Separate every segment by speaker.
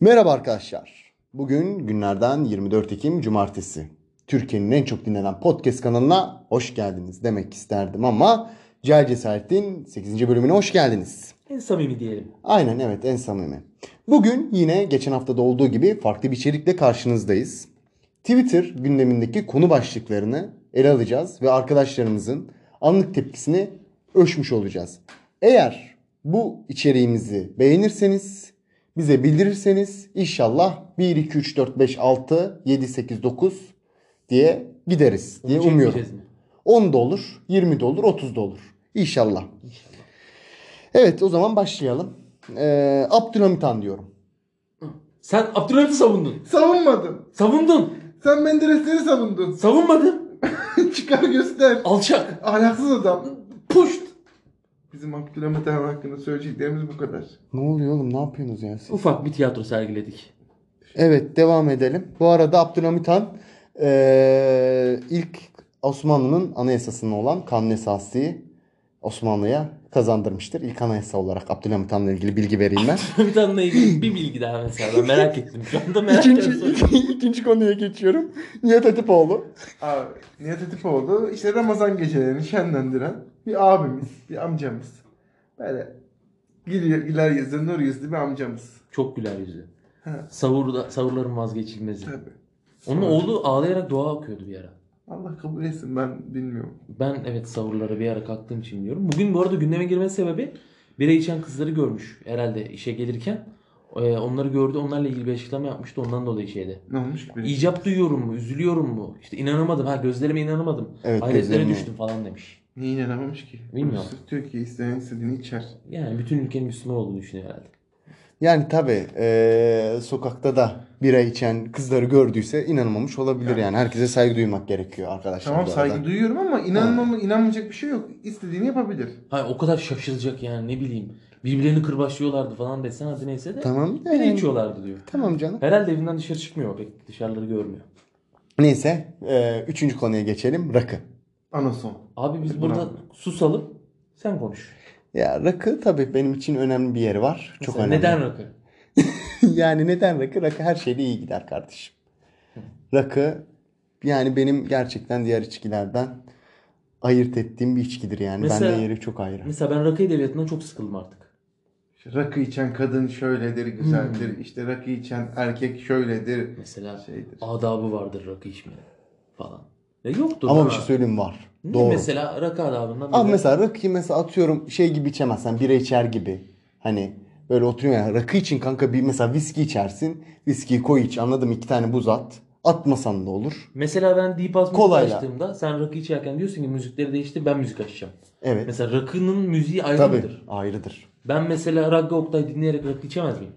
Speaker 1: Merhaba arkadaşlar. Bugün günlerden 24 Ekim Cumartesi. Türkiye'nin en çok dinlenen podcast kanalına hoş geldiniz demek isterdim ama Cel Cesaret'in 8. bölümüne hoş geldiniz.
Speaker 2: En samimi diyelim.
Speaker 1: Aynen evet en samimi. Bugün yine geçen haftada olduğu gibi farklı bir içerikle karşınızdayız. Twitter gündemindeki konu başlıklarını ele alacağız ve arkadaşlarımızın anlık tepkisini ölçmüş olacağız. Eğer bu içeriğimizi beğenirseniz, bize bildirirseniz inşallah 1 2 3 4 5 6 7 8 9 diye gideriz diye
Speaker 2: Bunu
Speaker 1: umuyorum.
Speaker 2: çekmeyeceğiz mi?
Speaker 1: 10 da olur, 20 de olur, 30 da olur. İnşallah. Evet o zaman başlayalım. Ee, Abdülhamit Han diyorum.
Speaker 2: Sen Abdülhamit'i savundun.
Speaker 3: Savunmadım.
Speaker 2: Savundun.
Speaker 3: Sen Menderesleri savundun.
Speaker 2: Savunmadın.
Speaker 3: Çıkar göster.
Speaker 2: Alçak.
Speaker 3: Ahlaksız adam.
Speaker 2: Puşt.
Speaker 3: Bizim Abdülhamit Han hakkında söyleyeceklerimiz bu kadar.
Speaker 1: Ne oluyor oğlum ne yapıyorsunuz ya siz?
Speaker 2: Ufak bir tiyatro sergiledik.
Speaker 1: Evet devam edelim. Bu arada Abdülhamit Han ee, ilk Osmanlı'nın anayasasında olan kanun esası Osmanlı'ya kazandırmıştır. İlk anayasa olarak Abdülhamit Han'la ilgili bilgi vereyim ben.
Speaker 2: Bir anla ilgili bir bilgi daha mesela. Ben merak ettim. Şu anda merak
Speaker 1: ikinci,
Speaker 2: ettim.
Speaker 1: ikinci konuya geçiyorum. Nihat Hatipoğlu.
Speaker 3: Abi Nihat Atipoğlu işte Ramazan gecelerini şenlendiren bir abimiz, bir amcamız. Böyle güler, güler yüzlü, nur yüzlü bir amcamız.
Speaker 2: Çok güler yüzlü.
Speaker 3: Ha.
Speaker 2: Savurda, savurların vazgeçilmezi.
Speaker 3: Tabii.
Speaker 2: Onun oğlu ağlayarak dua okuyordu bir ara.
Speaker 3: Allah kabul etsin ben bilmiyorum.
Speaker 2: Ben evet savurlara bir ara kalktığım için biliyorum. Bugün bu arada gündeme girme sebebi bira içen kızları görmüş herhalde işe gelirken. Ee, Onları gördü. Onlarla ilgili bir açıklama yapmıştı. Ondan dolayı şeydi.
Speaker 3: Ne olmuş ki? benim?
Speaker 2: İcap duyuyorum mu? Üzülüyorum mu? İşte inanamadım. Ha gözlerime inanamadım.
Speaker 1: Evet,
Speaker 2: Hayretlere
Speaker 1: gözlerime-
Speaker 2: düştüm falan demiş.
Speaker 3: Niye inanamamış ki?
Speaker 2: Bilmiyorum.
Speaker 3: Sırf Türkiye isteyen istediğini içer.
Speaker 2: Yani bütün ülkenin Müslüman olduğunu düşünüyor herhalde.
Speaker 1: Yani tabii eee, sokakta da bira içen kızları gördüyse inanmamış olabilir yani. Herkese saygı duymak gerekiyor arkadaşlar.
Speaker 3: Tamam
Speaker 1: bu arada.
Speaker 3: saygı duyuyorum ama inanmama, inanmayacak bir şey yok. İstediğini yapabilir.
Speaker 2: Hayır o kadar şaşılacak yani ne bileyim. Birbirlerini kırbaçlıyorlardı falan desen hadi neyse de.
Speaker 1: Tamam.
Speaker 2: Bira
Speaker 1: yani-
Speaker 2: içiyorlardı diyor.
Speaker 1: Tamam canım.
Speaker 2: Herhalde evinden dışarı çıkmıyor. Pek dışarıları görmüyor.
Speaker 1: Neyse eee, üçüncü konuya geçelim. Rakı.
Speaker 3: Anason.
Speaker 2: Abi biz
Speaker 3: Bunu
Speaker 2: burada
Speaker 3: anladım.
Speaker 2: susalım. Sen konuş.
Speaker 1: Ya rakı tabii benim için önemli bir yeri var. Çok
Speaker 2: Mesela
Speaker 1: önemli.
Speaker 2: Neden rakı?
Speaker 1: yani neden rakı? Rakı her şeyle iyi gider kardeşim. Rakı yani benim gerçekten diğer içkilerden ayırt ettiğim bir içkidir yani.
Speaker 2: Mesela-
Speaker 1: Bende yeri çok ayrı.
Speaker 2: Mesela ben rakı edebiyatından çok sıkıldım artık.
Speaker 3: İşte Rakı içen kadın şöyledir, güzeldir. İşte rakı içen erkek şöyledir.
Speaker 2: Mesela
Speaker 3: Şeydir.
Speaker 2: adabı vardır rakı içmenin falan. Ya yoktur.
Speaker 1: Ama
Speaker 2: ha.
Speaker 1: bir şey söyleyeyim var.
Speaker 2: Ne
Speaker 1: Doğru.
Speaker 2: Mesela rakı adabından
Speaker 1: Ama
Speaker 2: biri-
Speaker 1: mesela rakıyı mesela atıyorum şey gibi içemezsen bira içer gibi. Hani böyle oturuyor ya rakı için kanka bir mesela viski içersin. Viskiyi koy iç anladım iki tane buz at. Atmasan da olur.
Speaker 2: Mesela ben Deep House müzik
Speaker 1: Kolayla.
Speaker 2: açtığımda sen rakı içerken diyorsun ki müzikleri değiştir ben müzik açacağım.
Speaker 1: Evet.
Speaker 2: Mesela rakının müziği ayrı
Speaker 1: Tabii
Speaker 2: mıdır?
Speaker 1: ayrıdır.
Speaker 2: Ben mesela Ragga Oktay dinleyerek rakı içemez miyim?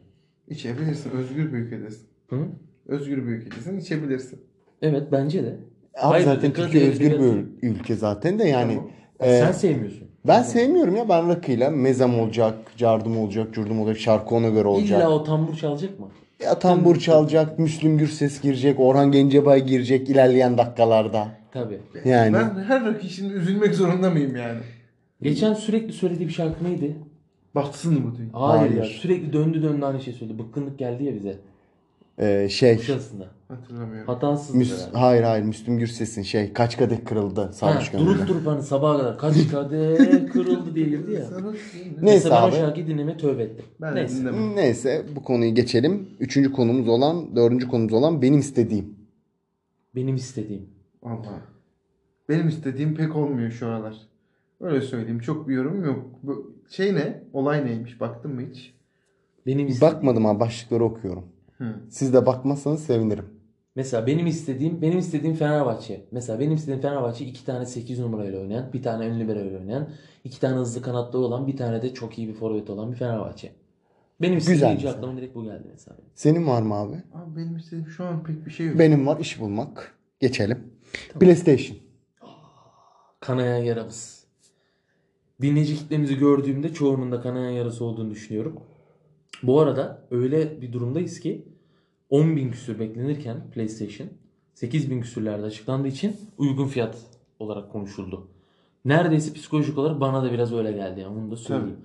Speaker 3: İçebilirsin. Özgür bir ülkedesin.
Speaker 2: Hı?
Speaker 3: Özgür bir ülkedesin. içebilirsin.
Speaker 2: Evet bence de.
Speaker 1: Abi
Speaker 2: Hayır,
Speaker 1: zaten
Speaker 2: dikkat
Speaker 1: Türkiye
Speaker 2: edin,
Speaker 1: özgür
Speaker 2: dikkat
Speaker 1: bir
Speaker 2: edin.
Speaker 1: ülke zaten de yani.
Speaker 3: Tamam.
Speaker 1: e,
Speaker 2: sen sevmiyorsun.
Speaker 1: ben sevmiyorum ya ben rakıyla mezem olacak, cardım olacak, curdum olacak, şarkı ona göre olacak.
Speaker 2: İlla o tambur çalacak mı?
Speaker 1: Ya tambur çalacak, Müslüm Gürses girecek, Orhan Gencebay girecek ilerleyen dakikalarda.
Speaker 2: Tabii.
Speaker 1: Yani
Speaker 3: Ben her rakı için üzülmek zorunda mıyım yani?
Speaker 2: Geçen sürekli söylediği bir şarkı neydi?
Speaker 3: Batsın bu dünya.
Speaker 2: Hayır, ya
Speaker 1: Hayır.
Speaker 2: sürekli döndü döndü aynı şey söyledi. Bıkkınlık geldi ya bize.
Speaker 1: e, şey
Speaker 2: Kuşasında.
Speaker 3: Hatırlamıyorum.
Speaker 2: Hatansız.
Speaker 1: Müs hayır hayır Müslüm Gürses'in şey kaç kadeh kırıldı sarhoş gönlüne.
Speaker 2: durup durup hani sabaha kadar kaç kadeh kırıldı diye girdi ya.
Speaker 3: Sarhoş değil mi?
Speaker 1: Ne? Neyse
Speaker 2: Neyse ben
Speaker 1: abi.
Speaker 2: o şarkıyı dinlemeye tövbe ettim.
Speaker 3: Ben de
Speaker 2: Neyse.
Speaker 3: dinlemem.
Speaker 1: Neyse Hmm. bu konuyu geçelim. Üçüncü konumuz olan dördüncü konumuz olan benim istediğim.
Speaker 2: Benim istediğim.
Speaker 3: Valla. Benim istediğim pek olmuyor şu aralar. Öyle söyleyeyim. Çok bir yorum yok. Bu şey ne? Olay neymiş? Baktın mı hiç?
Speaker 2: Benim istediğim.
Speaker 1: Bakmadım ha başlıkları okuyorum.
Speaker 3: Hı.
Speaker 1: Siz de bakmazsanız sevinirim.
Speaker 2: Mesela benim istediğim, benim istediğim Fenerbahçe. Mesela benim istediğim Fenerbahçe iki tane 8 numarayla oynayan, bir tane ön liberoyla oynayan, iki tane hızlı kanatlı olan, bir tane de çok iyi bir forvet olan bir Fenerbahçe. Benim istediğim
Speaker 1: Güzel
Speaker 2: ikinci
Speaker 1: mesela.
Speaker 2: aklıma direkt bu geldi mesela.
Speaker 1: Senin var mı abi?
Speaker 3: Abi benim istediğim şu an pek bir şey yok.
Speaker 1: Benim var iş bulmak. Geçelim. PlayStation.
Speaker 2: Kanayan yaramız. dinleyici kitlemizi gördüğümde çoğunun da kanayan yarası olduğunu düşünüyorum. Bu arada öyle bir durumdayız ki 10.000 küsür beklenirken PlayStation 8.000 küsürlerde açıklandığı için uygun fiyat olarak konuşuldu. Neredeyse psikolojik olarak bana da biraz öyle geldi. Yani onu da söyleyeyim.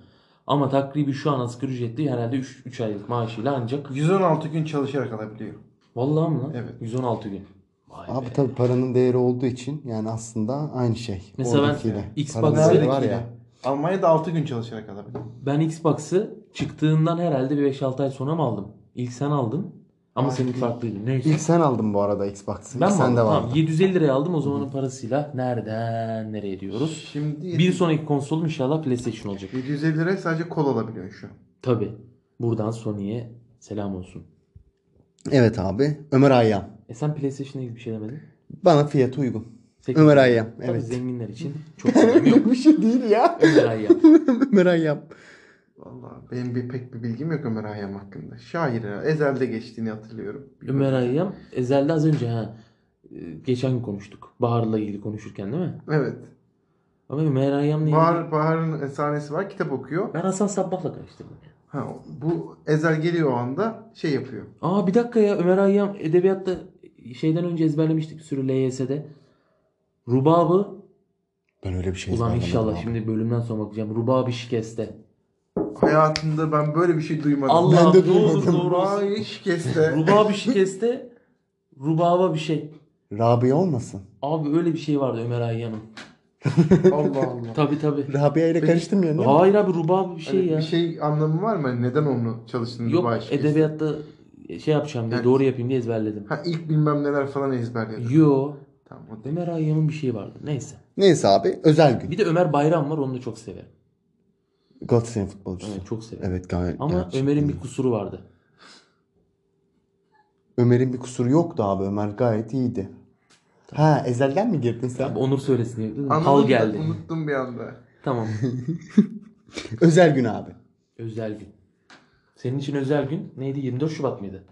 Speaker 2: Ama takribi şu an asgari ücretli herhalde 3, 3 aylık maaşıyla ancak.
Speaker 3: 116 gün çalışarak alabiliyor.
Speaker 2: Vallahi mi lan?
Speaker 3: Evet.
Speaker 2: 116 gün. Vay
Speaker 1: Abi
Speaker 2: be.
Speaker 1: tabii paranın değeri olduğu için yani aslında aynı şey.
Speaker 2: Mesela ben
Speaker 1: Oradakiyle.
Speaker 2: Xbox
Speaker 1: Paranın
Speaker 2: Nerede
Speaker 1: değeri
Speaker 3: Neredeki
Speaker 1: var
Speaker 3: var
Speaker 1: ya.
Speaker 3: Almanya'da 6 gün çalışarak alabiliyor.
Speaker 2: Ben Xbox'ı çıktığından herhalde bir 5-6 ay sonra mı aldım? İlk sen aldın. Ama
Speaker 3: Ay.
Speaker 2: senin farklıydı. Neyse.
Speaker 1: İlk sen aldın bu arada Xbox'ı.
Speaker 2: ben
Speaker 1: İlk
Speaker 2: mi aldım?
Speaker 1: sende vardı.
Speaker 2: Tamam, 750 liraya aldım o zamanın parasıyla. Nereden nereye diyoruz?
Speaker 3: Şimdi
Speaker 2: Bir sonraki konsolum inşallah PlayStation olacak.
Speaker 3: 750 liraya sadece kol alabiliyor şu. an.
Speaker 2: Tabi. Buradan Sony'ye selam olsun.
Speaker 1: Evet abi. Ömer Hayyam.
Speaker 2: E sen PlayStation'a ilgili bir şey demedin.
Speaker 1: Bana fiyatı uygun.
Speaker 2: Tek-
Speaker 1: Ömer Hayyam.
Speaker 2: Tabii
Speaker 1: Evet.
Speaker 2: zenginler için çok önemli yok.
Speaker 1: Yok bir şey değil ya.
Speaker 2: Ömer Hayyam.
Speaker 1: Ömer Hayyam.
Speaker 3: Vallahi benim bir pek bir bilgim yok Ömer Hayyam hakkında. Şair ya. Ezel'de geçtiğini hatırlıyorum.
Speaker 2: Ömer Hayyam. Ezel'de az önce ha. e, Geçen gün konuştuk. Bahar'la ilgili konuşurken değil mi?
Speaker 3: Evet.
Speaker 2: Ama Ömer Hayyam'la ilgili.
Speaker 3: Bahar, Bahar'ın efsanesi var. Kitap okuyor.
Speaker 2: Ben Hasan Sabbah'la karıştırdım. ya.
Speaker 3: Ha, bu Ezel geliyor o anda şey yapıyor.
Speaker 2: Aa bir dakika ya Ömer Hayyam edebiyatta şeyden önce ezberlemiştik bir sürü LYS'de. Rubabı
Speaker 1: Ben öyle bir şey
Speaker 2: ulan
Speaker 1: ezberlemedim
Speaker 2: inşallah
Speaker 1: abi.
Speaker 2: şimdi bölümden sonra bakacağım. Rubabı şikeste.
Speaker 3: Hayatımda ben böyle bir şey duymadım.
Speaker 2: Allah
Speaker 1: Ben de
Speaker 2: ne olur
Speaker 1: duymadım.
Speaker 2: doğru olsun.
Speaker 3: Vay şikeste.
Speaker 2: Rubabı şikeste rubaba bir şey.
Speaker 1: Rabia olmasın.
Speaker 2: Abi öyle bir şey vardı Ömer Hayyam'ın.
Speaker 3: Allah Allah.
Speaker 2: Tabi tabi.
Speaker 1: Rabia ile
Speaker 3: Peki-
Speaker 1: karıştım ya. değil mi?
Speaker 2: Hayır abi rubabı bir şey
Speaker 3: Hani
Speaker 2: ya.
Speaker 3: Bir şey anlamı var mı? Hani neden onu çalıştın
Speaker 2: Yok
Speaker 3: Dubai şirketi?
Speaker 2: edebiyatta şey yapacağım diye
Speaker 3: Evet.
Speaker 2: doğru yapayım diye ezberledim.
Speaker 3: Ha ilk bilmem neler falan ezberledim.
Speaker 2: Yo.
Speaker 3: Tamam o değil.
Speaker 2: Ömer Hayyam'ın bir şeyi vardı. Neyse.
Speaker 1: Neyse abi özel gün.
Speaker 2: Bir de Ömer Bayram var onu da çok severim.
Speaker 1: Galatasaray'ın futbolcusu.
Speaker 2: Evet,
Speaker 1: Evet,
Speaker 2: çok severim.
Speaker 1: gayet.
Speaker 2: Ama
Speaker 1: gerçekten.
Speaker 2: Ömer'in bir kusuru vardı.
Speaker 1: Ömer'in bir kusuru yoktu abi. Ömer gayet iyiydi. Ha ezelden mi girdin sen?
Speaker 2: Abi Onur söylesin diye. dedim.
Speaker 3: Anladım
Speaker 2: Hal
Speaker 3: da
Speaker 2: geldi.
Speaker 3: Unuttum bir anda.
Speaker 2: Tamam.
Speaker 1: Özel gün abi.
Speaker 2: özel gün. Senin için özel gün neydi? 24 Şubat mıydı?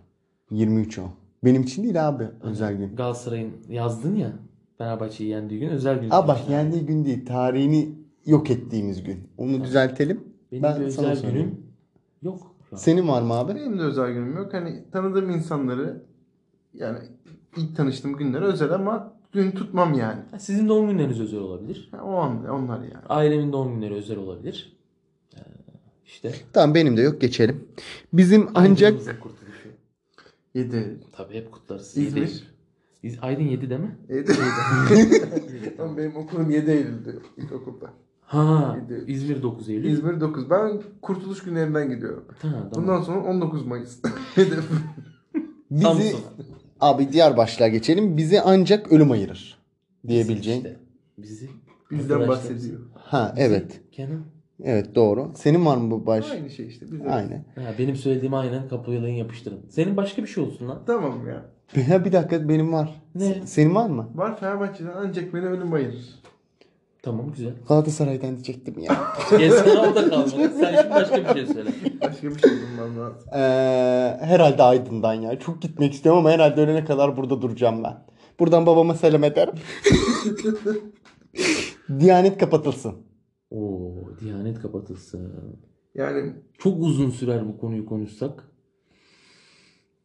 Speaker 1: 23 o. Benim için değil abi özel gün.
Speaker 2: Galatasaray'ın yazdın ya. Fenerbahçe'yi yendiği gün özel gün.
Speaker 1: Abi bak
Speaker 2: senin için.
Speaker 1: yendiği gün değil tarihini yok ettiğimiz gün. Onu düzeltelim.
Speaker 2: Benim
Speaker 1: ben
Speaker 2: bir
Speaker 1: sana
Speaker 2: özel
Speaker 1: söyleyeyim.
Speaker 2: günüm yok. şu an.
Speaker 1: Senin var mı abi?
Speaker 3: Benim de özel günüm yok. Hani tanıdığım insanları yani ilk tanıştığım günler özel ama gün tutmam yani.
Speaker 2: Ha, Sizin doğum günleriniz özel olabilir.
Speaker 3: Ha, O an onlar yani.
Speaker 2: Ailemin doğum günleri özel olabilir. Ee, işte.
Speaker 1: Tamam benim de yok geçelim. Bizim ancak
Speaker 2: Aydın'ımızın kurtuluşu.
Speaker 3: 7.
Speaker 2: Tabii hep kutlarız.
Speaker 3: İzmir.
Speaker 2: Yedi. İz- Aydın 7 değil mi?
Speaker 3: 7 Tam benim okulum 7 Eylül'dü ilkokulda.
Speaker 2: Ha,
Speaker 3: Yedi.
Speaker 2: İzmir 9 Eylül.
Speaker 3: İzmir 9. Ben kurtuluş günlerinden gidiyorum.
Speaker 2: Ha, tamam.
Speaker 3: Bundan sonra 19 Mayıs. Hedefim.
Speaker 1: bizi
Speaker 2: Samsun.
Speaker 1: abi diğer başlığa geçelim. Bizi ancak ölüm ayırır diyebileceğin.
Speaker 2: İşte bizi
Speaker 3: Bizden
Speaker 2: arkadaşlarımız-
Speaker 3: bahsediyor.
Speaker 1: Ha
Speaker 2: Bizi-
Speaker 1: evet.
Speaker 2: Kenan.
Speaker 1: Evet doğru. Senin var mı bu baş?
Speaker 3: Aynı şey işte. Bizden.
Speaker 1: Aynen.
Speaker 2: Ha, benim söylediğim aynen kapıyalayın yapıştırın. Senin başka bir şey olsun lan.
Speaker 3: Tamam ya.
Speaker 1: Ya bir dakika benim var.
Speaker 2: Ne?
Speaker 1: Senin var mı?
Speaker 3: Var Fenerbahçe'den ancak beni ölüm ayırır.
Speaker 2: Tamam güzel.
Speaker 1: Galatasaray'dan diyecektim ya.
Speaker 2: Geçen hafta kalmadı. Sen şimdi başka bir şey söyle.
Speaker 3: Başka bir şey bulmam lazım.
Speaker 1: Ee, herhalde Aydın'dan ya. Çok gitmek istiyorum ama herhalde ölene kadar burada duracağım ben. Buradan babama selam ederim. Diyanet kapatılsın.
Speaker 2: Oo, Diyanet kapatılsın.
Speaker 3: Yani
Speaker 2: Çok uzun sürer bu konuyu konuşsak.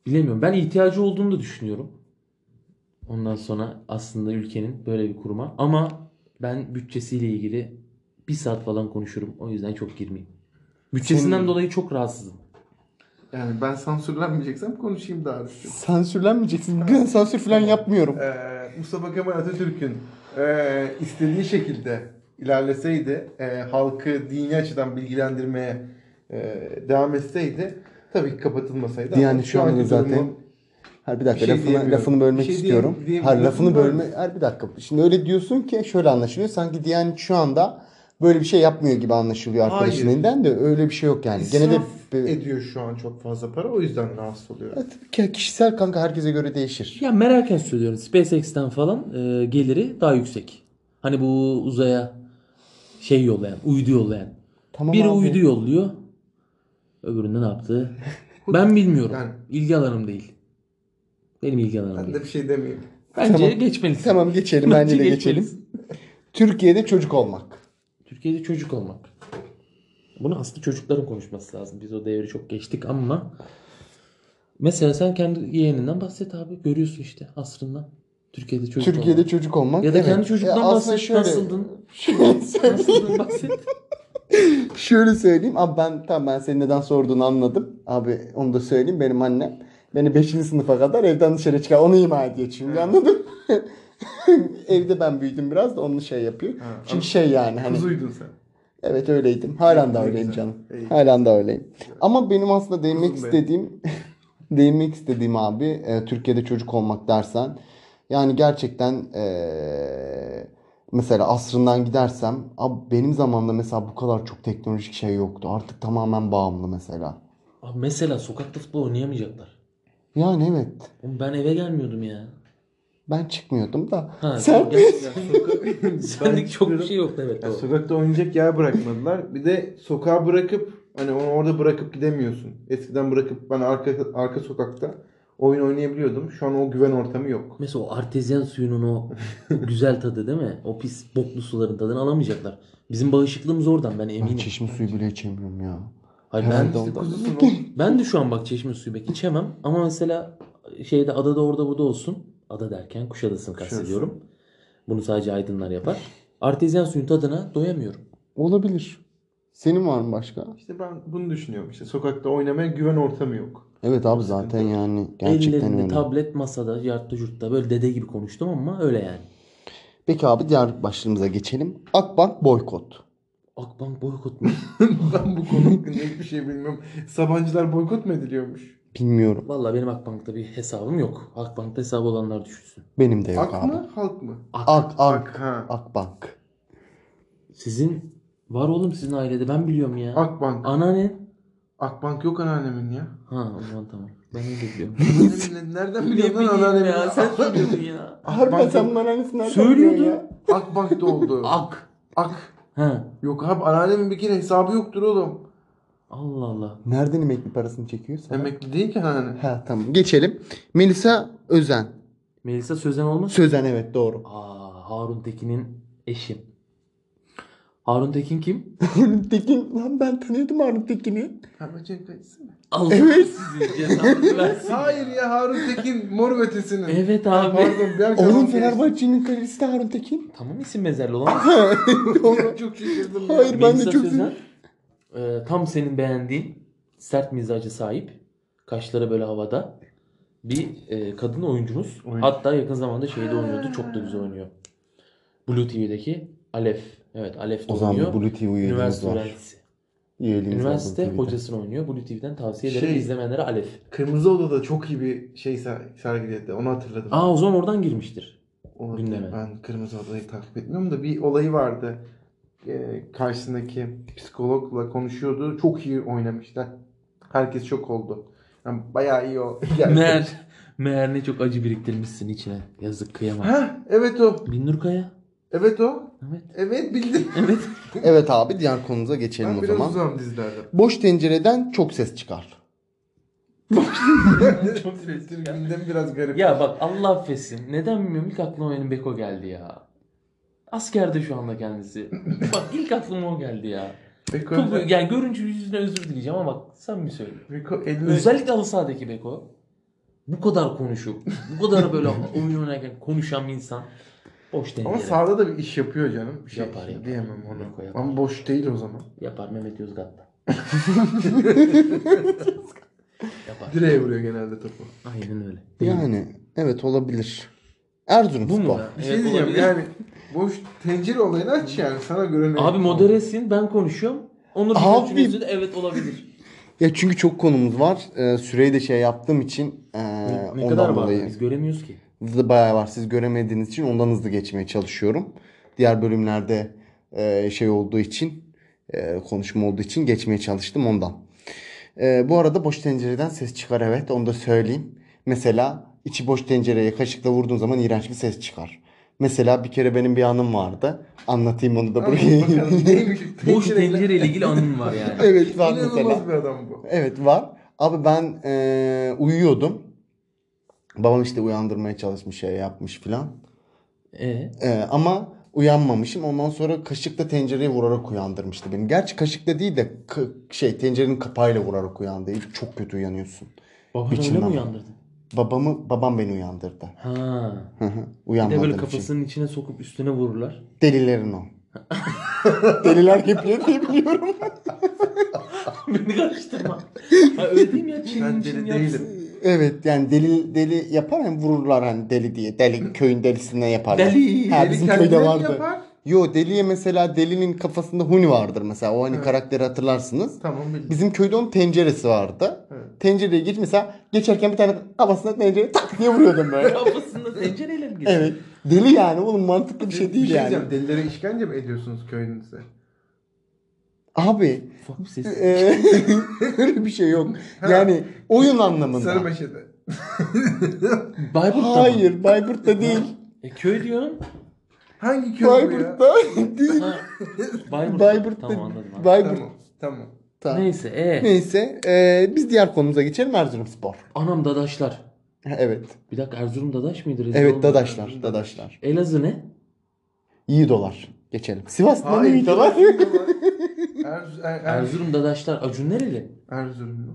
Speaker 2: Bilemiyorum. Ben ihtiyacı olduğunu da düşünüyorum. Ondan sonra aslında ülkenin böyle bir kuruma. Ama ben bütçesiyle ilgili bir saat falan konuşurum. O yüzden çok girmeyeyim. Bütçesinden
Speaker 1: Senin-
Speaker 2: dolayı çok rahatsızım.
Speaker 3: yani ben sansürlenmeyeceksem konuşayım daha artık.
Speaker 1: Sansürlenmeyeceksin. Ben sansür falan yapmıyorum.
Speaker 3: Ee, Mustafa Kemal Atatürk'ün ee, istediği şekilde ilerleseydi, ee, halkı dini açıdan bilgilendirmeye ee, devam etseydi tabii ki kapatılmasaydı.
Speaker 1: Diyanet
Speaker 3: Ama
Speaker 1: şu anda
Speaker 3: anki
Speaker 1: zaten-
Speaker 3: durumu-
Speaker 1: Her bir dakika
Speaker 3: Bir şey
Speaker 1: lafını,
Speaker 3: diyemiyorum.
Speaker 1: lafını bölmek
Speaker 3: Bir şey
Speaker 1: istiyorum.
Speaker 3: diyem- diyem-
Speaker 1: Her
Speaker 3: lafını
Speaker 1: lafını bölme.
Speaker 3: bölme.
Speaker 1: Her bir dakika. Şimdi öyle diyorsun ki şöyle anlaşılıyor. Sanki Diyanet şu anda böyle bir şey yapmıyor gibi anlaşılıyor
Speaker 3: Hayır.
Speaker 1: arkadaşın elinden de öyle bir şey yok yani. Gene de
Speaker 3: İsraf ediyor şu an çok fazla para o yüzden rahatsız oluyor.
Speaker 1: Ki- kişisel kanka herkese göre değişir.
Speaker 2: Ya meraken söylüyorum SpaceX'ten falan e, geliri daha yüksek. Hani bu uzaya şey yollayan, uydu yollayan.
Speaker 1: Tamam
Speaker 2: Biri
Speaker 1: abi.
Speaker 2: uydu yolluyor. Öbüründe ne yaptı? ben bilmiyorum.
Speaker 3: Yani-
Speaker 2: İlgi alanım değil. Benim ilgi alanım
Speaker 3: Ben
Speaker 2: değil.
Speaker 3: de bir şey demeyeyim.
Speaker 2: Bence
Speaker 1: Tamam.
Speaker 2: geçmelisin.
Speaker 1: Tamam geçelim bence de
Speaker 2: geçmelisin.
Speaker 1: geçelim. Türkiye'de çocuk olmak.
Speaker 2: Türkiye'de çocuk olmak. Bunu aslında çocukların konuşması lazım. Biz o devri çok geçtik ama mesela sen kendi yeğeninden bahset abi. Görüyorsun işte asrından. Türkiye'de çocuk
Speaker 1: Türkiye'de
Speaker 2: olmak.
Speaker 1: çocuk olmak.
Speaker 2: Ya da kendi
Speaker 1: evet.
Speaker 2: çocuktan
Speaker 1: Ya aslında
Speaker 2: bahset.
Speaker 1: şöyle-
Speaker 2: Nasıldın?
Speaker 1: Şöyle söyleyeyim.
Speaker 2: Nasıldın bahset.
Speaker 1: Şöyle söyleyeyim. Abi ben tamam ben senin neden sorduğunu anladım. Abi onu da söyleyeyim. Benim annem beni 5. sınıfa kadar evden dışarı çıkar. Onu ima ediyor çünkü anladın mı? Evde ben büyüdüm biraz da onu şey yapıyor.
Speaker 3: Ha, ama-
Speaker 1: Çünkü şey yani hani
Speaker 3: Kuzuydun sen.
Speaker 1: evet öyleydim. Halen de
Speaker 3: Ne
Speaker 1: öyleyim
Speaker 3: güzel.
Speaker 1: canım.
Speaker 3: İyi.
Speaker 1: Halen de öyleyim. Ama benim aslında değinmek
Speaker 3: Kuzum benim.
Speaker 1: istediğim değinmek istediğim abi e, Türkiye'de çocuk olmak dersen yani gerçekten e, mesela asrından gidersem abi benim zamanımda mesela bu kadar çok teknolojik şey yoktu. Artık tamamen bağımlı mesela.
Speaker 2: Abi mesela sokakta futbol oynayamayacaklar.
Speaker 1: Yani evet.
Speaker 2: Oğlum Ben eve gelmiyordum ya.
Speaker 1: Ben çıkmıyordum da.
Speaker 2: Ha,
Speaker 1: Sen
Speaker 2: gerçekten
Speaker 3: Ben
Speaker 2: Sendik çok bir
Speaker 3: çıkıyorum.
Speaker 2: şey yoktu evet.
Speaker 3: Ya
Speaker 2: doğru.
Speaker 3: sokakta oynayacak yer bırakmadılar. Bir de sokağa bırakıp hani onu orada bırakıp gidemiyorsun. Eskiden bırakıp ben arka arka sokakta oyun oynayabiliyordum. Şu an o güven ortamı yok.
Speaker 2: Mesela o artezyen suyunun o güzel tadı değil mi? O pis boklu suların tadını alamayacaklar. Bizim bağışıklığımız oradan ben
Speaker 1: ben
Speaker 2: eminim.
Speaker 1: çeşme suyu bile içemiyorum ya.
Speaker 2: Hayır,
Speaker 1: Herhalde
Speaker 2: ben,
Speaker 1: o-
Speaker 3: İşte
Speaker 1: Ondan.
Speaker 3: kuzusun o.
Speaker 2: ben de şu an bak çeşme suyu bek içemem. Ama mesela şeyde adada orada burada olsun. Ada derken Kuşadası'nı kastediyorum. Bunu sadece aydınlar yapar. Artezyen suyun tadına doyamıyorum.
Speaker 1: Olabilir. Senin var mı başka?
Speaker 3: İşte ben bunu düşünüyorum. İşte sokakta oynamaya güven ortamı yok.
Speaker 1: Evet abi zaten yani gerçekten
Speaker 2: Ellerinde
Speaker 1: öyle.
Speaker 2: tablet masada yartta curtta böyle dede gibi konuştum ama öyle yani.
Speaker 1: Peki abi diğer başlığımıza geçelim. Akbank boykot.
Speaker 2: Akbank boykot mu?
Speaker 3: ben bu konu hakkında hiçbir şey bilmiyorum. Sabancılar boykot mu ediliyormuş?
Speaker 1: Bilmiyorum.
Speaker 2: Valla benim Akbank'ta bir hesabım yok. Akbank'ta hesabı olanlar düşünsün.
Speaker 1: Benim de yok
Speaker 3: Ak
Speaker 1: abi.
Speaker 3: mı halk mı?
Speaker 2: Ak-
Speaker 1: Ak, ak,
Speaker 3: Ak ha.
Speaker 1: Akbank.
Speaker 2: Sizin var oğlum sizin ailede ben biliyorum ya.
Speaker 3: Akbank.
Speaker 2: Anneannen.
Speaker 3: Akbank yok anneannemin ya.
Speaker 2: Ha o zaman tamam. Ben öyle biliyorum.
Speaker 3: Anneannemin- Nereden
Speaker 2: ne
Speaker 3: biliyorsun
Speaker 2: bileyim
Speaker 3: anneannemin?
Speaker 2: ya sen söylüyordun ya.
Speaker 1: Harbiden
Speaker 3: Akbank
Speaker 1: sen
Speaker 3: yok.
Speaker 1: bana hangisini nereden
Speaker 2: Söylüyordu.
Speaker 1: biliyorsun ya?
Speaker 3: Akbank'ta oldu.
Speaker 2: Ak.
Speaker 3: Ak.
Speaker 2: Ha.
Speaker 3: Yok abi anneannemin bir kere hesabı yoktur oğlum.
Speaker 2: Allah Allah.
Speaker 1: Nereden emekli parasını çekiyorsa.
Speaker 3: Emekli değil ki anneanne.
Speaker 1: Ha tamam geçelim. Melisa Özen.
Speaker 2: Melisa Sözen olmaz.
Speaker 1: Sözen evet doğru.
Speaker 2: Aa Harun Tekin'in eşim. Harun Tekin kim?
Speaker 1: Harun Tekin lan ben tanıyordum Harun Tekin'i.
Speaker 3: Harun Tekin kayısı mı?
Speaker 2: Allah
Speaker 1: Evet.
Speaker 2: sizi cezanızı versin.
Speaker 3: Hayır ya Harun Tekin mor ve ötesinin.
Speaker 2: Evet
Speaker 3: Ha,
Speaker 2: abi.
Speaker 3: Pardon bir dakika.
Speaker 1: Oğlum
Speaker 3: Tamam, geçtim.
Speaker 1: Fenerbahçe'nin kalecisi de Harun Tekin.
Speaker 2: Tamam isim mezarlı olan.
Speaker 1: Doğru.
Speaker 3: Çok şaşırdım ya.
Speaker 1: Hayır. Ee, Ben de
Speaker 2: Melisa
Speaker 1: çok
Speaker 2: Sözen e, tam senin beğendiğin sert mizaca sahip. Kaşları böyle havada. Bir e, kadın oyuncumuz.
Speaker 3: Oyuncu.
Speaker 2: Hatta yakın zamanda şeyde oynuyordu. Çok da güzel oynuyor. Blue TV'deki Alef. Evet Alef de
Speaker 1: O zaman
Speaker 2: oynuyor.
Speaker 1: Blue TV üyeliğimiz
Speaker 2: Üniversite
Speaker 1: var.
Speaker 2: öğrencisi.
Speaker 1: Üyeliğimiz var
Speaker 2: Üniversite
Speaker 1: Blue TV'de.
Speaker 2: hocasını oynuyor. Blue TV'den tavsiye ederim
Speaker 3: Şey-
Speaker 2: izleyenlere Alef.
Speaker 3: Kırmızı Oda'da çok iyi bir şey ser- sergiledi. Onu hatırladım.
Speaker 2: Aa o zaman oradan girmiştir.
Speaker 3: Onu-
Speaker 2: gündeme.
Speaker 3: Ben Kırmızı Oda'yı takip etmiyorum da bir olayı vardı. Ee, karşısındaki psikologla konuşuyordu. Çok iyi oynamışlar. Herkes şok oldu. Yani bayağı iyi o.
Speaker 2: Meğer, meğer ne çok acı biriktirmişsin içine. Yazık kıyamam.
Speaker 3: Ha, evet o.
Speaker 2: Binnur Kaya.
Speaker 3: Evet o.
Speaker 2: Evet.
Speaker 3: Evet bildim.
Speaker 2: Evet.
Speaker 1: Evet abi diğer konumuza geçelim
Speaker 3: Ben
Speaker 1: o
Speaker 3: biraz
Speaker 1: zaman.
Speaker 3: uzağım dizilerde.
Speaker 1: Boş tencereden çok ses çıkar.
Speaker 2: Çok ses çıkar.
Speaker 3: Gündem biraz garip.
Speaker 2: Ya bak Allah affetsin. Neden bilmiyorum ilk aklıma benim Beko geldi ya. Askerde şu anda kendisi. bak ilk aklıma o geldi ya.
Speaker 3: Beko,
Speaker 2: Çok, yani görüntü yüzüne özür dileyeceğim ama bak sen mi söyle.
Speaker 3: Beko eline...
Speaker 2: Özellikle halı sahadaki Beko. Bu kadar konuşup, bu kadar böyle oyun oynarken konuşan bir insan. Boş
Speaker 3: Ama
Speaker 2: dengeli.
Speaker 3: sahada da bir iş yapıyor canım. Bir şey
Speaker 2: Yapar, yapar.
Speaker 3: diyemem ona.
Speaker 2: Beko yapar.
Speaker 3: Ama boş değil o zaman.
Speaker 2: Yapar Mehmet Yozgat'ta. Yapar.
Speaker 3: Direğe vuruyor genelde topu.
Speaker 2: Aynen öyle.
Speaker 1: Yani evet olabilir. Erzurum
Speaker 2: Bu mu
Speaker 1: Spor.
Speaker 2: ya?
Speaker 3: Bir şey
Speaker 2: Evet,
Speaker 3: diyeceğim
Speaker 2: olabilir.
Speaker 3: yani boş tencere olayını aç yani sana göre ne?
Speaker 2: Abi moderesin ben konuşuyorum. Onur
Speaker 1: Abi.
Speaker 2: Gülçin'in de evet olabilir.
Speaker 1: Ya çünkü çok konumuz var. Ee, süreyi de şey yaptığım için ee,
Speaker 2: Ne- ne
Speaker 1: ondan
Speaker 2: kadar var?
Speaker 1: dolayı
Speaker 2: Biz göremiyoruz ki.
Speaker 1: hızlı bayağı var. Siz göremediğiniz için ondan hızlı geçmeye çalışıyorum. Diğer bölümlerde ee, şey olduğu için ee, konuşma olduğu için geçmeye çalıştım ondan. Ee, bu arada boş tencereden ses çıkar evet onu da söyleyeyim. Mesela içi boş tencereye kaşıkla vurduğun zaman iğrenç bir ses çıkar. Mesela bir kere benim bir anım vardı. Anlatayım onu da buraya.
Speaker 3: Bakalım neymiş?
Speaker 2: Boş
Speaker 3: Tencereyle-
Speaker 2: tencereyle ilgili anım var yani.
Speaker 1: evet var mesela.
Speaker 3: İnanılmaz bir adam bu.
Speaker 1: Evet var. Abi ben eee, uyuyordum. Babam işte uyandırmaya çalışmış şey yapmış filan.
Speaker 2: E
Speaker 1: Eee, ama uyanmamışım. Ondan sonra kaşıkla tencereye vurarak uyandırmıştı beni. Gerçi kaşıkla değil de k- şey tencerenin kapağıyla vurarak uyandı. Çok kötü uyanıyorsun.
Speaker 2: Baban öyle mi
Speaker 1: İçinden.
Speaker 2: uyandırdı?
Speaker 1: Babamı babam beni uyandırdı.
Speaker 2: Ha.
Speaker 1: Hı hı,
Speaker 2: Bir de
Speaker 1: Uyanmadığım
Speaker 2: böyle
Speaker 1: için.
Speaker 2: kafasının içine sokup üstüne vururlar.
Speaker 1: Delilerin o. Deliler yapıyor diye biliyorum.
Speaker 2: Beni karıştırma. Ha, öyle değil mi ya? Çin,
Speaker 3: Ben
Speaker 2: Çin
Speaker 3: deli
Speaker 2: yapsın.
Speaker 3: değilim.
Speaker 1: Evet yani deli deli yapar hem vururlar hani deli diye. Deli köyün delisine yaparlar.
Speaker 2: Deli,
Speaker 1: Ha,
Speaker 3: Deli
Speaker 1: bizim
Speaker 3: kendine
Speaker 1: köyde
Speaker 3: mi
Speaker 1: vardı.
Speaker 3: yapar?
Speaker 1: Yo deliye mesela delinin kafasında huni vardır mesela. O hani
Speaker 3: Evet.
Speaker 1: karakteri hatırlarsınız.
Speaker 3: Tamam bildim.
Speaker 1: Bizim köyde onun tenceresi vardı.
Speaker 3: Evet.
Speaker 1: Tencereye geç mesela geçerken bir tane kafasına tencereye tak diye vuruyordum böyle.
Speaker 2: Kafasında tencereyle mi geçiyor?
Speaker 1: evet. Deli yani oğlum mantıklı bir şey değil yani.
Speaker 3: diyeceğim, Delilere işkence mi ediyorsunuz köyünüzde?
Speaker 1: Abi
Speaker 2: Ufak bir ses.
Speaker 1: eee, öyle bir şey yok. Yani oyun anlamında.
Speaker 3: Sarıbaşı'da.
Speaker 2: Bayburt'ta mı?
Speaker 1: Hayır Bayburt'ta değil.
Speaker 2: E, köy diyorsun.
Speaker 3: Hangi köy bu ya?
Speaker 1: Bayburt'ta değil.
Speaker 2: Ha, Bayburt'ta.
Speaker 1: Bayburt'ta.
Speaker 2: Tamam anladım. anladım.
Speaker 1: Bayburt'ta.
Speaker 3: Tamam. Tamam.
Speaker 2: Neyse e.
Speaker 1: Neyse eee, biz diğer konumuza geçelim Erzurumspor.
Speaker 2: Anam dadaşlar.
Speaker 1: Evet.
Speaker 2: Bir dakika Erzurum dadaş mıydı? Rezil
Speaker 1: Evet
Speaker 2: olma.
Speaker 1: dadaşlar dadaşlar.
Speaker 2: Elazığ ne?
Speaker 1: İyi dolar. Geçelim. Sivas ne
Speaker 3: Hayır.
Speaker 1: iyi dolar?
Speaker 3: Erz, er, Erz,
Speaker 2: Erzurum dadaşlar. Acun nereli?
Speaker 3: Erzurumlu.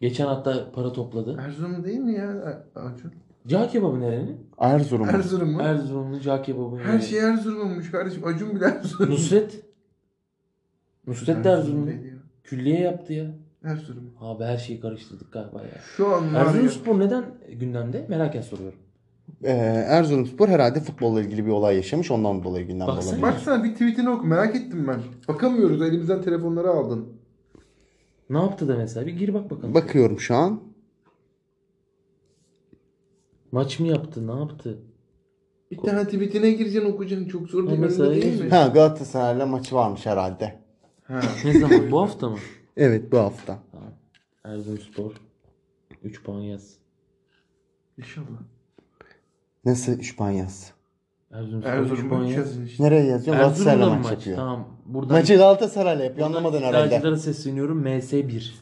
Speaker 2: Geçen hafta para topladı.
Speaker 3: Erzurum değil mi ya Acun?
Speaker 2: Cağ kebabı nerenin?
Speaker 1: Erzurum.
Speaker 3: Erzurum mu?
Speaker 2: Erzurumlu cağ kebabı.
Speaker 3: Her
Speaker 2: nereli?
Speaker 3: şey Erzurum'muş kardeşim. Acun bile Erzurum.
Speaker 2: Nusret. Nusret de Erzurumlu.
Speaker 3: değil ya.
Speaker 2: Külliye yaptı ya.
Speaker 3: Erzurum.
Speaker 2: Abi her şeyi karıştırdık galiba ya.
Speaker 3: Şu an var ya.
Speaker 2: Erzurumspor neden gündemde? Merak et soruyorum.
Speaker 1: Ee, Erzurumspor herhalde futbolla ilgili bir olay yaşamış. Ondan dolayı gündemde
Speaker 2: Baksana.
Speaker 1: olabilir.
Speaker 3: Baksana bir tweetini oku merak ettim ben. Bakamıyoruz elimizden telefonları aldın.
Speaker 2: Ne yaptı da mesela? Bir gir bak bakalım.
Speaker 1: Bakıyorum şu an.
Speaker 2: Maç mı yaptı? Ne yaptı?
Speaker 3: Bir tane tweetine gireceksin okuyacaksın çok zor değil,
Speaker 2: Ama
Speaker 3: önünde değil
Speaker 2: sayı-
Speaker 3: mi?
Speaker 1: Ha Galatasaray'la maçı varmış herhalde.
Speaker 3: Ha.
Speaker 2: Ne zaman? Bu hafta mı?
Speaker 1: Evet bu hafta.
Speaker 2: Tamam. Erzurumspor. 3 puan yaz.
Speaker 3: İnşallah.
Speaker 1: Nasıl İspanyaz?
Speaker 2: Erzurumspor 3 puan
Speaker 3: Erzurum'a
Speaker 2: yaz.
Speaker 3: düşeceğiz işte.
Speaker 1: Nereye yazıyor? Galatasaray'la
Speaker 2: Erzurum'da mı
Speaker 1: maç,
Speaker 2: maç?
Speaker 1: yapıyor.
Speaker 2: Tamam. Buradan
Speaker 1: Maçı Galatasaray'la yapıyor. Anlamadın herhalde.
Speaker 2: İddiacılara sesleniyorum. MS1.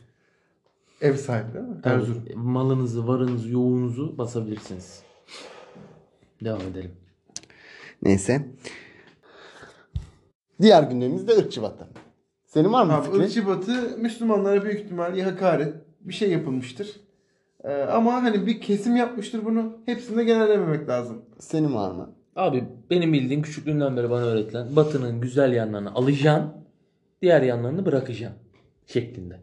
Speaker 3: Ev sahibi değil mi? Erzurum.
Speaker 2: Tabii, Malınızı, varınızı, yoğunuzu basabilirsiniz. Devam edelim.
Speaker 1: Neyse. Diğer gündemimiz de ırkçı vatan. Senin var mı
Speaker 3: Abi
Speaker 1: fikrin?
Speaker 3: ırkçı batı Müslümanlara büyük ihtimalle hakaret bir şey yapılmıştır. Ee, ama hani bir kesim yapmıştır bunu. Hepsini de genellememek lazım.
Speaker 1: Senin var mı?
Speaker 2: Abi benim bildiğim küçüklüğümden beri bana öğretilen Batı'nın güzel yanlarını alacaksın, diğer yanlarını bırakacaksın şeklinde.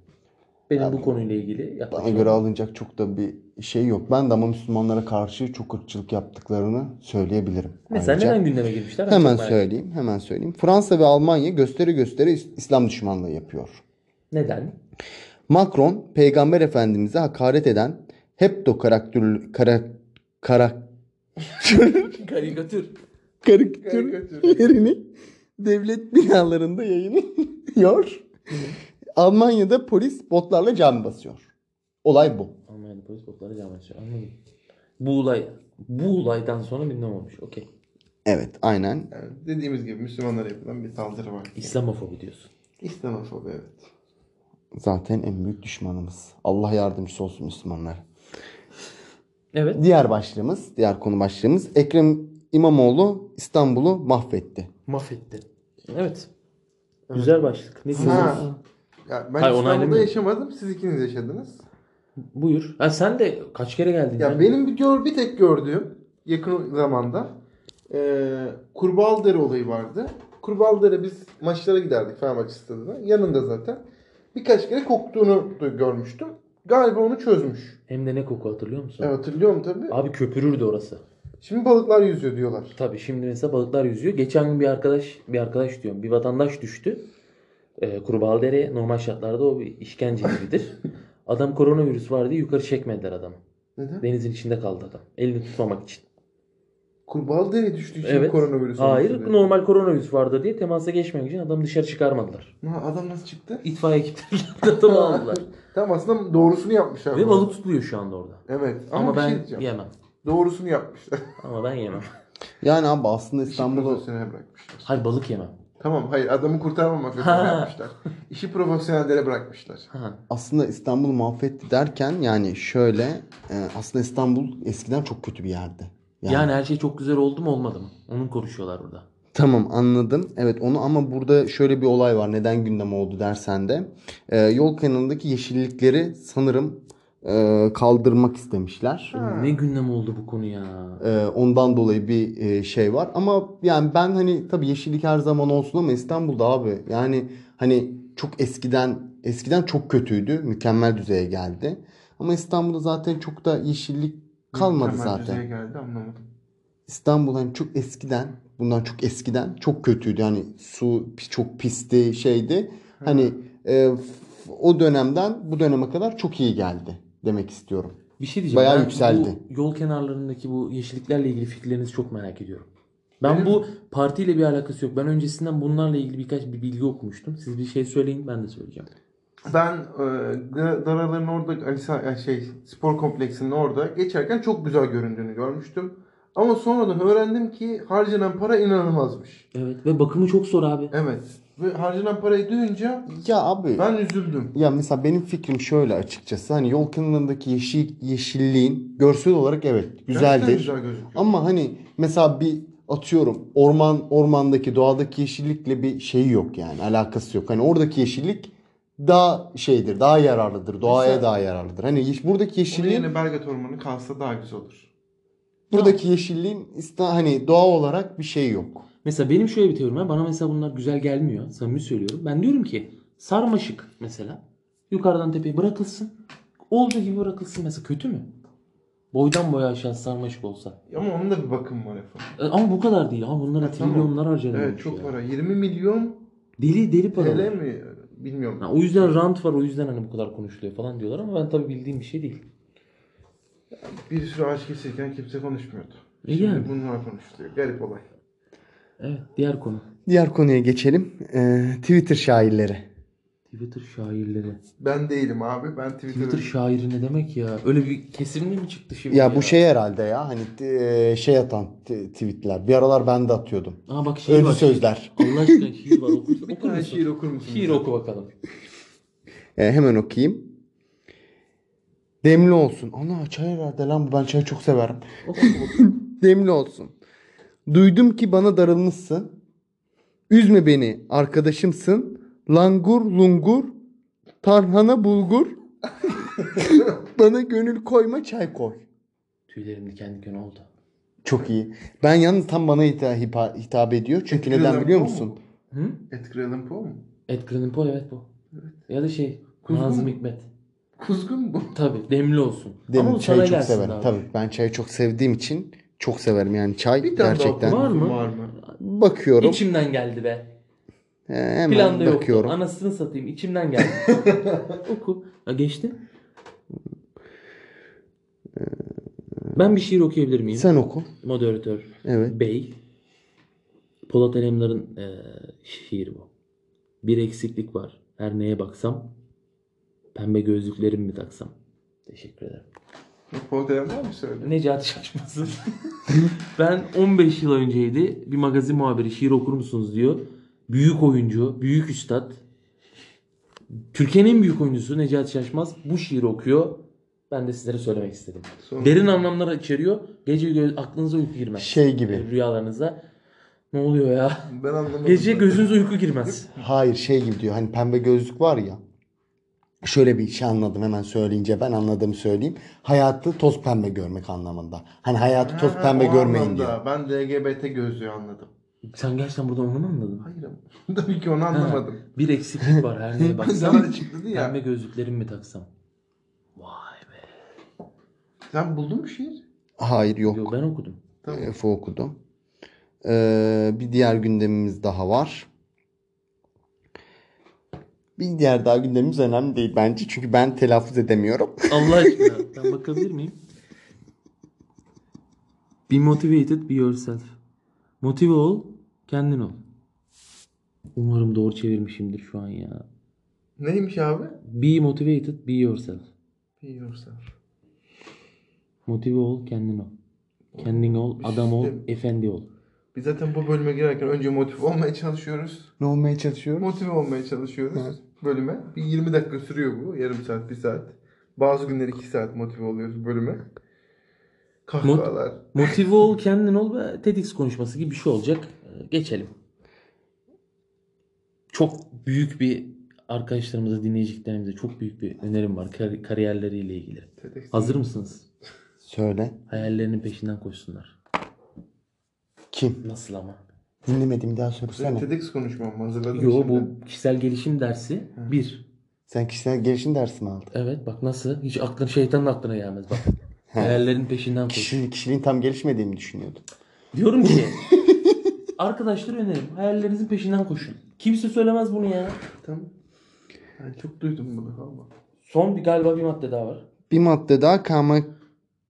Speaker 2: Benim
Speaker 1: Abi,
Speaker 2: bu konuyla ilgili
Speaker 1: Bana
Speaker 2: yaklaşımım.
Speaker 1: göre alınacak çok da bir şey yok. Ben de ama Müslümanlara karşı çok ırkçılık yaptıklarını söyleyebilirim.
Speaker 2: Mesela
Speaker 1: Ayrıca-
Speaker 2: neden gündeme girmişler? Ben
Speaker 1: Hemen
Speaker 2: çok merak ediyorum.
Speaker 1: söyleyeyim, hemen söyleyeyim. Fransa ve Almanya gösteri gösteri İs- İslam düşmanlığı yapıyor.
Speaker 2: Neden?
Speaker 1: Macron, Peygamber Efendimiz'e hakaret eden hepto karakter kara, kara,
Speaker 2: Karikatür.
Speaker 1: karikatürlerini devlet binalarında yayınlıyor. Almanya'da polis botlarla cami basıyor. Olay bu.
Speaker 2: Almanya'da polis botları devam ediyor. Anladım. Bu olay, bu olaydan sonra gündem olmuş. Okey.
Speaker 1: Evet, aynen.
Speaker 3: Yani dediğimiz gibi Müslümanlara yapılan bir saldırı var.
Speaker 2: İslamofobi diyorsun.
Speaker 3: İslamofobi evet.
Speaker 1: Zaten en büyük düşmanımız. Allah yardımcısı olsun Müslümanlara.
Speaker 2: Evet.
Speaker 1: Diğer başlığımız, diğer konu başlığımız Ekrem İmamoğlu İstanbul'u mahvetti.
Speaker 2: Mahvetti. Evet. Güzel başlık. Ne diyorsun?
Speaker 3: Ha. Ya ben
Speaker 2: Hayır,
Speaker 3: İstanbul'da
Speaker 2: onaylamıyorum.
Speaker 3: yaşamadım. Siz ikiniz yaşadınız.
Speaker 2: Buyur. Ha sen de kaç kere geldin?
Speaker 3: Ya benim bir, gör, bir tek gördüğüm yakın zamanda e, Kurbaldere olayı vardı. Kurbaldere biz maçlara giderdik Fenerbahçe stadına. Yanında zaten. Birkaç kere koktuğunu du- görmüştüm. Galiba onu çözmüş.
Speaker 2: Hem de ne koku hatırlıyor musun?
Speaker 3: E, hatırlıyorum tabii.
Speaker 2: Abi köpürürdü orası.
Speaker 3: Şimdi balıklar yüzüyor diyorlar.
Speaker 2: Tabii şimdi mesela balıklar yüzüyor. Geçen gün bir arkadaş, bir arkadaş diyorum, bir vatandaş düştü. Ee, Kurbaldere'ye normal şartlarda o bir işkence gibidir. adam koronavirüs var diye yukarı çekmediler adamı.
Speaker 3: Neden?
Speaker 2: Denizin içinde kaldı adam. Elini tutmamak için.
Speaker 3: Kurbaldere düştüğü için
Speaker 2: Evet.
Speaker 3: koronavirüs.
Speaker 2: Hayır
Speaker 3: olmuş dedi.
Speaker 2: normal koronavirüs vardı diye temasa geçmemek için adamı dışarı çıkarmadılar.
Speaker 3: Ha, adam nasıl çıktı?
Speaker 2: İtfaiye ekipleri adamı aldılar.
Speaker 3: Tam aslında doğrusunu yapmışlar.
Speaker 2: Ve
Speaker 3: bu
Speaker 2: balık
Speaker 3: arada.
Speaker 2: tutuluyor şu anda orada.
Speaker 3: Evet. Ama,
Speaker 2: Ama,
Speaker 3: bir şey
Speaker 2: ben
Speaker 3: diyeceğim.
Speaker 2: yemem.
Speaker 3: Doğrusunu yapmışlar.
Speaker 2: Ama ben yemem.
Speaker 1: Yani abi aslında
Speaker 3: İstanbul'u
Speaker 1: İstanbul'u
Speaker 3: profesyonel bırakmışlar.
Speaker 2: Hayır balık yemem.
Speaker 3: Tamam hayır adamı kurtarmamak
Speaker 2: Ha.
Speaker 3: üzere yapmışlar. İşi profesyonellere bırakmışlar.
Speaker 2: Ha.
Speaker 1: aslında İstanbul mahvetti derken yani şöyle e, aslında İstanbul eskiden çok kötü bir yerdi. Yani,
Speaker 2: Yani her şey çok güzel oldu mu olmadı mı? Onun konuşuyorlar burada.
Speaker 1: Tamam anladım. Evet onu ama burada şöyle bir olay var. Neden gündem oldu dersen de. Ee, yol kenarındaki yeşillikleri sanırım e, kaldırmak istemişler.
Speaker 3: Ha.
Speaker 2: Ne gündem oldu bu konu ya.
Speaker 1: Ee, ondan dolayı bir e, şey var. Ama yani ben hani tabii yeşillik her zaman olsun ama İstanbul'da abi yani hani çok eskiden eskiden çok kötüydü. Mükemmel düzeye geldi. Ama İstanbul'da zaten çok da yeşillik kalmadı
Speaker 3: Mükemmel
Speaker 1: zaten.
Speaker 3: düzeye geldi anlamadım.
Speaker 1: İstanbul hani çok eskiden, bundan çok eskiden çok kötüydü. Hani su pi- çok pisti, şeydi. Hani e, f- o dönemden bu döneme kadar çok iyi geldi demek istiyorum.
Speaker 2: Bir şey diyeceğim.
Speaker 1: Bayağı
Speaker 2: ben
Speaker 1: yükseldi.
Speaker 2: Bu yol kenarlarındaki bu yeşilliklerle ilgili fikirlerinizi çok merak ediyorum. Ben
Speaker 3: Benim-
Speaker 2: bu partiyle bir alakası yok. Ben öncesinden bunlarla ilgili birkaç bir bilgi okumuştum. Siz bir şey söyleyin ben de söyleyeceğim.
Speaker 3: Ben e, Dara- Daraların orada Ali Sa- yani şey spor kompleksinin orada geçerken çok güzel göründüğünü görmüştüm. Ama sonradan öğrendim ki harcanan para inanılmazmış.
Speaker 2: Evet ve bakımı çok zor abi.
Speaker 3: Evet. Ve harcanan parayı duyunca
Speaker 1: Ya abi
Speaker 3: ben üzüldüm.
Speaker 1: ya mesela benim fikrim şöyle açıkçası. Hani yol kenarındaki yeşil, yeşilliğin görsel olarak evet
Speaker 3: Gerçekten
Speaker 1: güzeldir.
Speaker 3: Güzel gözüküyor.
Speaker 1: Ama hani mesela bir atıyorum orman ormandaki doğadaki yeşillikle bir şeyi yok yani alakası yok. Hani oradaki yeşillik daha şeydir, daha yararlıdır. Doğaya
Speaker 3: Mesela-
Speaker 1: daha yararlıdır. Hani yeş- buradaki
Speaker 3: Onun
Speaker 1: yeşilliğin
Speaker 3: yerine Belgrad Ormanı kalsa daha güzel olur.
Speaker 1: buradaki yeşilliğin ista- hani doğa olarak bir şey yok.
Speaker 2: Mesela benim şöyle bir teorim var. Bana mesela bunlar güzel gelmiyor. Samimi söylüyorum. Ben diyorum ki sarmaşık mesela yukarıdan tepeye bırakılsın. Olduğu gibi bırakılsın mesela kötü mü? Boydan boya aşağı sarmaşık olsa.
Speaker 3: Ama onun da bir bakım var efendim.
Speaker 2: E, Ama bu kadar değil. Ama bunlara
Speaker 3: Ha, tamam.
Speaker 2: trilyonlar harcanıyor.
Speaker 3: Evet çok para. 20 milyon
Speaker 2: Deli deli para.
Speaker 3: TL mi? Bilmiyorum.
Speaker 2: Ha, o yüzden rant var o yüzden hani bu kadar konuşuluyor falan diyorlar ama ben tabii bildiğim bir şey değil.
Speaker 3: Bir sürü ağaç kesilirken kimse konuşmuyordu.
Speaker 2: E
Speaker 3: Şimdi
Speaker 2: yani.
Speaker 3: bunlar konuşuluyor. Garip olay.
Speaker 2: Evet diğer konu.
Speaker 1: Diğer konuya geçelim. Ee, Twitter şairleri.
Speaker 2: Twitter şairleri.
Speaker 3: Ben değilim abi. Ben Twitter'ı...
Speaker 2: Twitter şairi ne demek ya? Öyle bir kesimli mi çıktı şimdi?
Speaker 1: Ya bu şey herhalde ya hani e, şey atan t- tweetler. Bir aralar ben de atıyordum.
Speaker 2: Aa bak şiir
Speaker 1: Öldü
Speaker 2: Şey var.
Speaker 1: sözler.
Speaker 2: Allah aşkına şiir var. Okur,
Speaker 3: Bir
Speaker 2: okur
Speaker 3: tane
Speaker 2: musun?
Speaker 3: şiir okur musun?
Speaker 2: Şiir oku bakalım.
Speaker 1: E, hemen okuyayım. Demli olsun. Ana çay herhalde lan bu. Ben çayı çok severim.
Speaker 2: Oku oku bakalım.
Speaker 1: Demli olsun. Duydum ki bana darılmışsın. Üzme beni arkadaşımsın. Langur lungur. Tarhana bulgur. bana gönül koyma çay koy.
Speaker 2: Tüylerim diken diken oldu.
Speaker 1: Çok iyi. Ben yalnız tam bana hita- hipa- hitap ediyor. Çünkü neden biliyor musun?
Speaker 2: Hı?
Speaker 3: Edgar Allan Poe mu?
Speaker 2: Edgar Allan Poe evet bu. Ya da şey
Speaker 3: Kuzgun
Speaker 2: Nazım
Speaker 3: mu?
Speaker 2: Hikmet.
Speaker 3: Kuzgun bu.
Speaker 2: Tabii demli olsun. Ama
Speaker 1: Demli
Speaker 2: o sana
Speaker 1: çayı çok
Speaker 2: gelsin
Speaker 1: severim.
Speaker 2: abi.
Speaker 1: Tabii ben çayı çok sevdiğim için çok severim yani çay
Speaker 3: Bir tane
Speaker 1: gerçekten.
Speaker 3: daha
Speaker 2: Var
Speaker 3: var
Speaker 2: mı?
Speaker 3: mı? Var mı?
Speaker 1: Bakıyorum.
Speaker 2: İçimden geldi be.
Speaker 1: Ee, hemen
Speaker 2: Planda yoktu.
Speaker 1: bakıyorum.
Speaker 2: Anasını satayım içimden geldi. oku. Ha, geçti. Ben bir şiir okuyabilir miyim?
Speaker 1: Sen oku.
Speaker 2: Moderatör
Speaker 1: Evet.
Speaker 2: Bey. Polat Alemdar'ın eee şiiri bu. Bir eksiklik var. Her neye baksam pembe gözlüklerimi mi taksam? Teşekkür ederim.
Speaker 3: Poe'den mi söyledin?
Speaker 2: Necati Şaşmasın. ben 15 yıl önceydi bir magazin muhabiri şiir okur musunuz diyor. Büyük oyuncu, büyük üstad. Türkiye'nin en büyük oyuncusu Necati Şaşmaz bu şiiri okuyor. Ben de sizlere söylemek istedim.
Speaker 3: Sonra-
Speaker 2: Derin anlamlar içeriyor. Gece gö- aklınıza uyku girmez.
Speaker 1: Şey gibi.
Speaker 2: Rüyalarınıza. Ne oluyor ya?
Speaker 3: Ben anlamadım.
Speaker 2: Gece
Speaker 3: ben.
Speaker 2: gözünüze uyku girmez.
Speaker 1: Hayır şey gibi diyor. Hani pembe gözlük var ya. Şöyle bir şey anladım hemen söyleyince ben anladığımı söyleyeyim. Hayatı toz pembe görmek anlamında. Hani hayatı toz
Speaker 3: Ha,
Speaker 1: pembe
Speaker 3: o
Speaker 1: görmeyin
Speaker 3: anlamda.
Speaker 1: diyor.
Speaker 3: Ben de LGBT gözlüğü anladım.
Speaker 2: Sen gerçekten burada onu mu anladın?
Speaker 3: Hayır ama. Tabii ki onu anlamadım.
Speaker 2: Bir eksiklik var her neye baksam.
Speaker 3: Sana çıktı ya.
Speaker 2: Pembe gözlüklerimi mi taksam? Vay be.
Speaker 3: Sen buldun mu şiir?
Speaker 1: Hayır yok.
Speaker 2: Yo, ben okudum.
Speaker 3: Tamam.
Speaker 1: Efe okudu. Ee, bir diğer gündemimiz daha var. Bir diğer daha gündemimiz önemli değil bence. Çünkü ben telaffuz edemiyorum.
Speaker 2: Allah aşkına ben bakabilir miyim? Be motivated be yourself. Motive ol, kendin ol. Umarım doğru çevirmişimdir şu an ya.
Speaker 3: Neymiş abi?
Speaker 2: Be motivated be yourself.
Speaker 3: Yiyorsan.
Speaker 2: Motive ol, kendin ol. Kendin ol, adam ol,
Speaker 3: Sistem.
Speaker 2: efendi ol.
Speaker 3: Biz zaten bu bölüme girerken önce motive olmaya çalışıyoruz.
Speaker 1: Ne olmaya çalışıyorum?
Speaker 3: Motive olmaya çalışıyoruz bölüme. Bir 20 dakika sürüyor bu. Yarım saat, bir saat. Bazı günler 2 saat motive oluyoruz bölüme. Kahkahalar.
Speaker 2: Motive ol, kendin ol ve TEDx konuşması gibi bir şey olacak. Geçelim. Çok büyük bir arkadaşlarımıza, dinleyeceklerimize çok büyük bir önerim var kar- kariyerleriyle ilgili.
Speaker 3: TEDx.
Speaker 2: Hazır mısınız?
Speaker 1: Söyle.
Speaker 2: Hayallerinin peşinden koşsunlar.
Speaker 1: Kim?
Speaker 2: Nasıl ama?
Speaker 1: Dinlemedim bir daha söylesene.
Speaker 3: TEDx konuşmam mı? Hazırladım
Speaker 2: Yo
Speaker 3: şimdi.
Speaker 2: bu kişisel gelişim dersi bir.
Speaker 1: Sen kişisel gelişim dersi mi aldın?
Speaker 2: Evet bak nasıl? Hiç aklın şeytanın aklına gelmez bak. Hayallerin peşinden koş.
Speaker 1: Kişi, kişiliğin tam gelişmediğini düşünüyordum.
Speaker 2: Diyorum ki arkadaşlar önerim hayallerinizin peşinden koşun. Kimse söylemez bunu ya.
Speaker 3: Tamam. Ben çok duydum bunu ama.
Speaker 2: Son bir galiba bir madde daha var.
Speaker 1: Bir madde daha KM,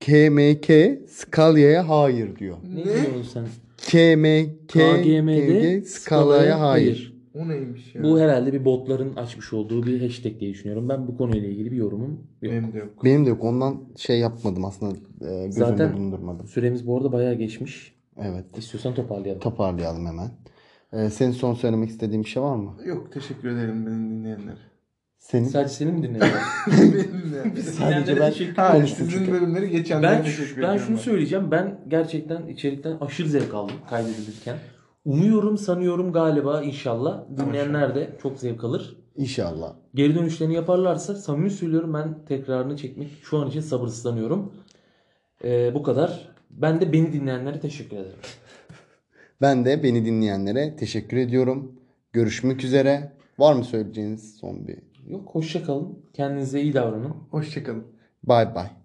Speaker 1: KMK Skalya'ya hayır diyor.
Speaker 2: Ne,
Speaker 3: Ne?
Speaker 2: diyorsun sen?
Speaker 1: KMK
Speaker 2: KGM'de
Speaker 1: Skalya'ya hayır.
Speaker 3: O neymiş ya?
Speaker 2: Bu herhalde bir botların açmış olduğu bir hashtag diye düşünüyorum. Ben bu konuyla ilgili bir yorumum yok.
Speaker 3: Benim de yok.
Speaker 1: Benim de yok. Ondan şey yapmadım aslında. E, gözümde
Speaker 2: Zaten-
Speaker 1: bulundurmadım.
Speaker 2: Süremiz bu arada bayağı geçmiş.
Speaker 1: Evet.
Speaker 2: İstiyorsan toparlayalım.
Speaker 1: Toparlayalım hemen. E, senin son söylemek istediğin bir şey var mı?
Speaker 3: Yok teşekkür ederim beni dinleyenlere.
Speaker 1: Senin?
Speaker 2: Sadece seni mi dinledin?
Speaker 3: Beni dinleyenlere.
Speaker 1: Sadece ben
Speaker 2: Dinleyenlere
Speaker 3: Hayır,
Speaker 1: konuştum
Speaker 3: sizin
Speaker 1: çünkü.
Speaker 3: bölümleri geçenlere
Speaker 2: Ben,
Speaker 3: teşekkür
Speaker 2: ben
Speaker 3: ediyorum
Speaker 2: şunu söyleyeceğim. Ben gerçekten içerikten aşırı zevk aldım kaydedilirken. Umuyorum, sanıyorum galiba inşallah dinleyenler de çok zevk alır.
Speaker 1: İnşallah.
Speaker 2: Geri dönüşlerini yaparlarsa samimi söylüyorum ben tekrarını çekmek şu an için sabırsızlanıyorum. Ee, bu kadar. Ben de beni dinleyenlere teşekkür ederim.
Speaker 1: Ben de beni dinleyenlere teşekkür ediyorum. Görüşmek üzere. Var mı söyleyeceğiniz son bir?
Speaker 2: Yok hoşça kalın. Kendinize iyi davranın.
Speaker 3: Hoşçakalın.
Speaker 1: Bay bay.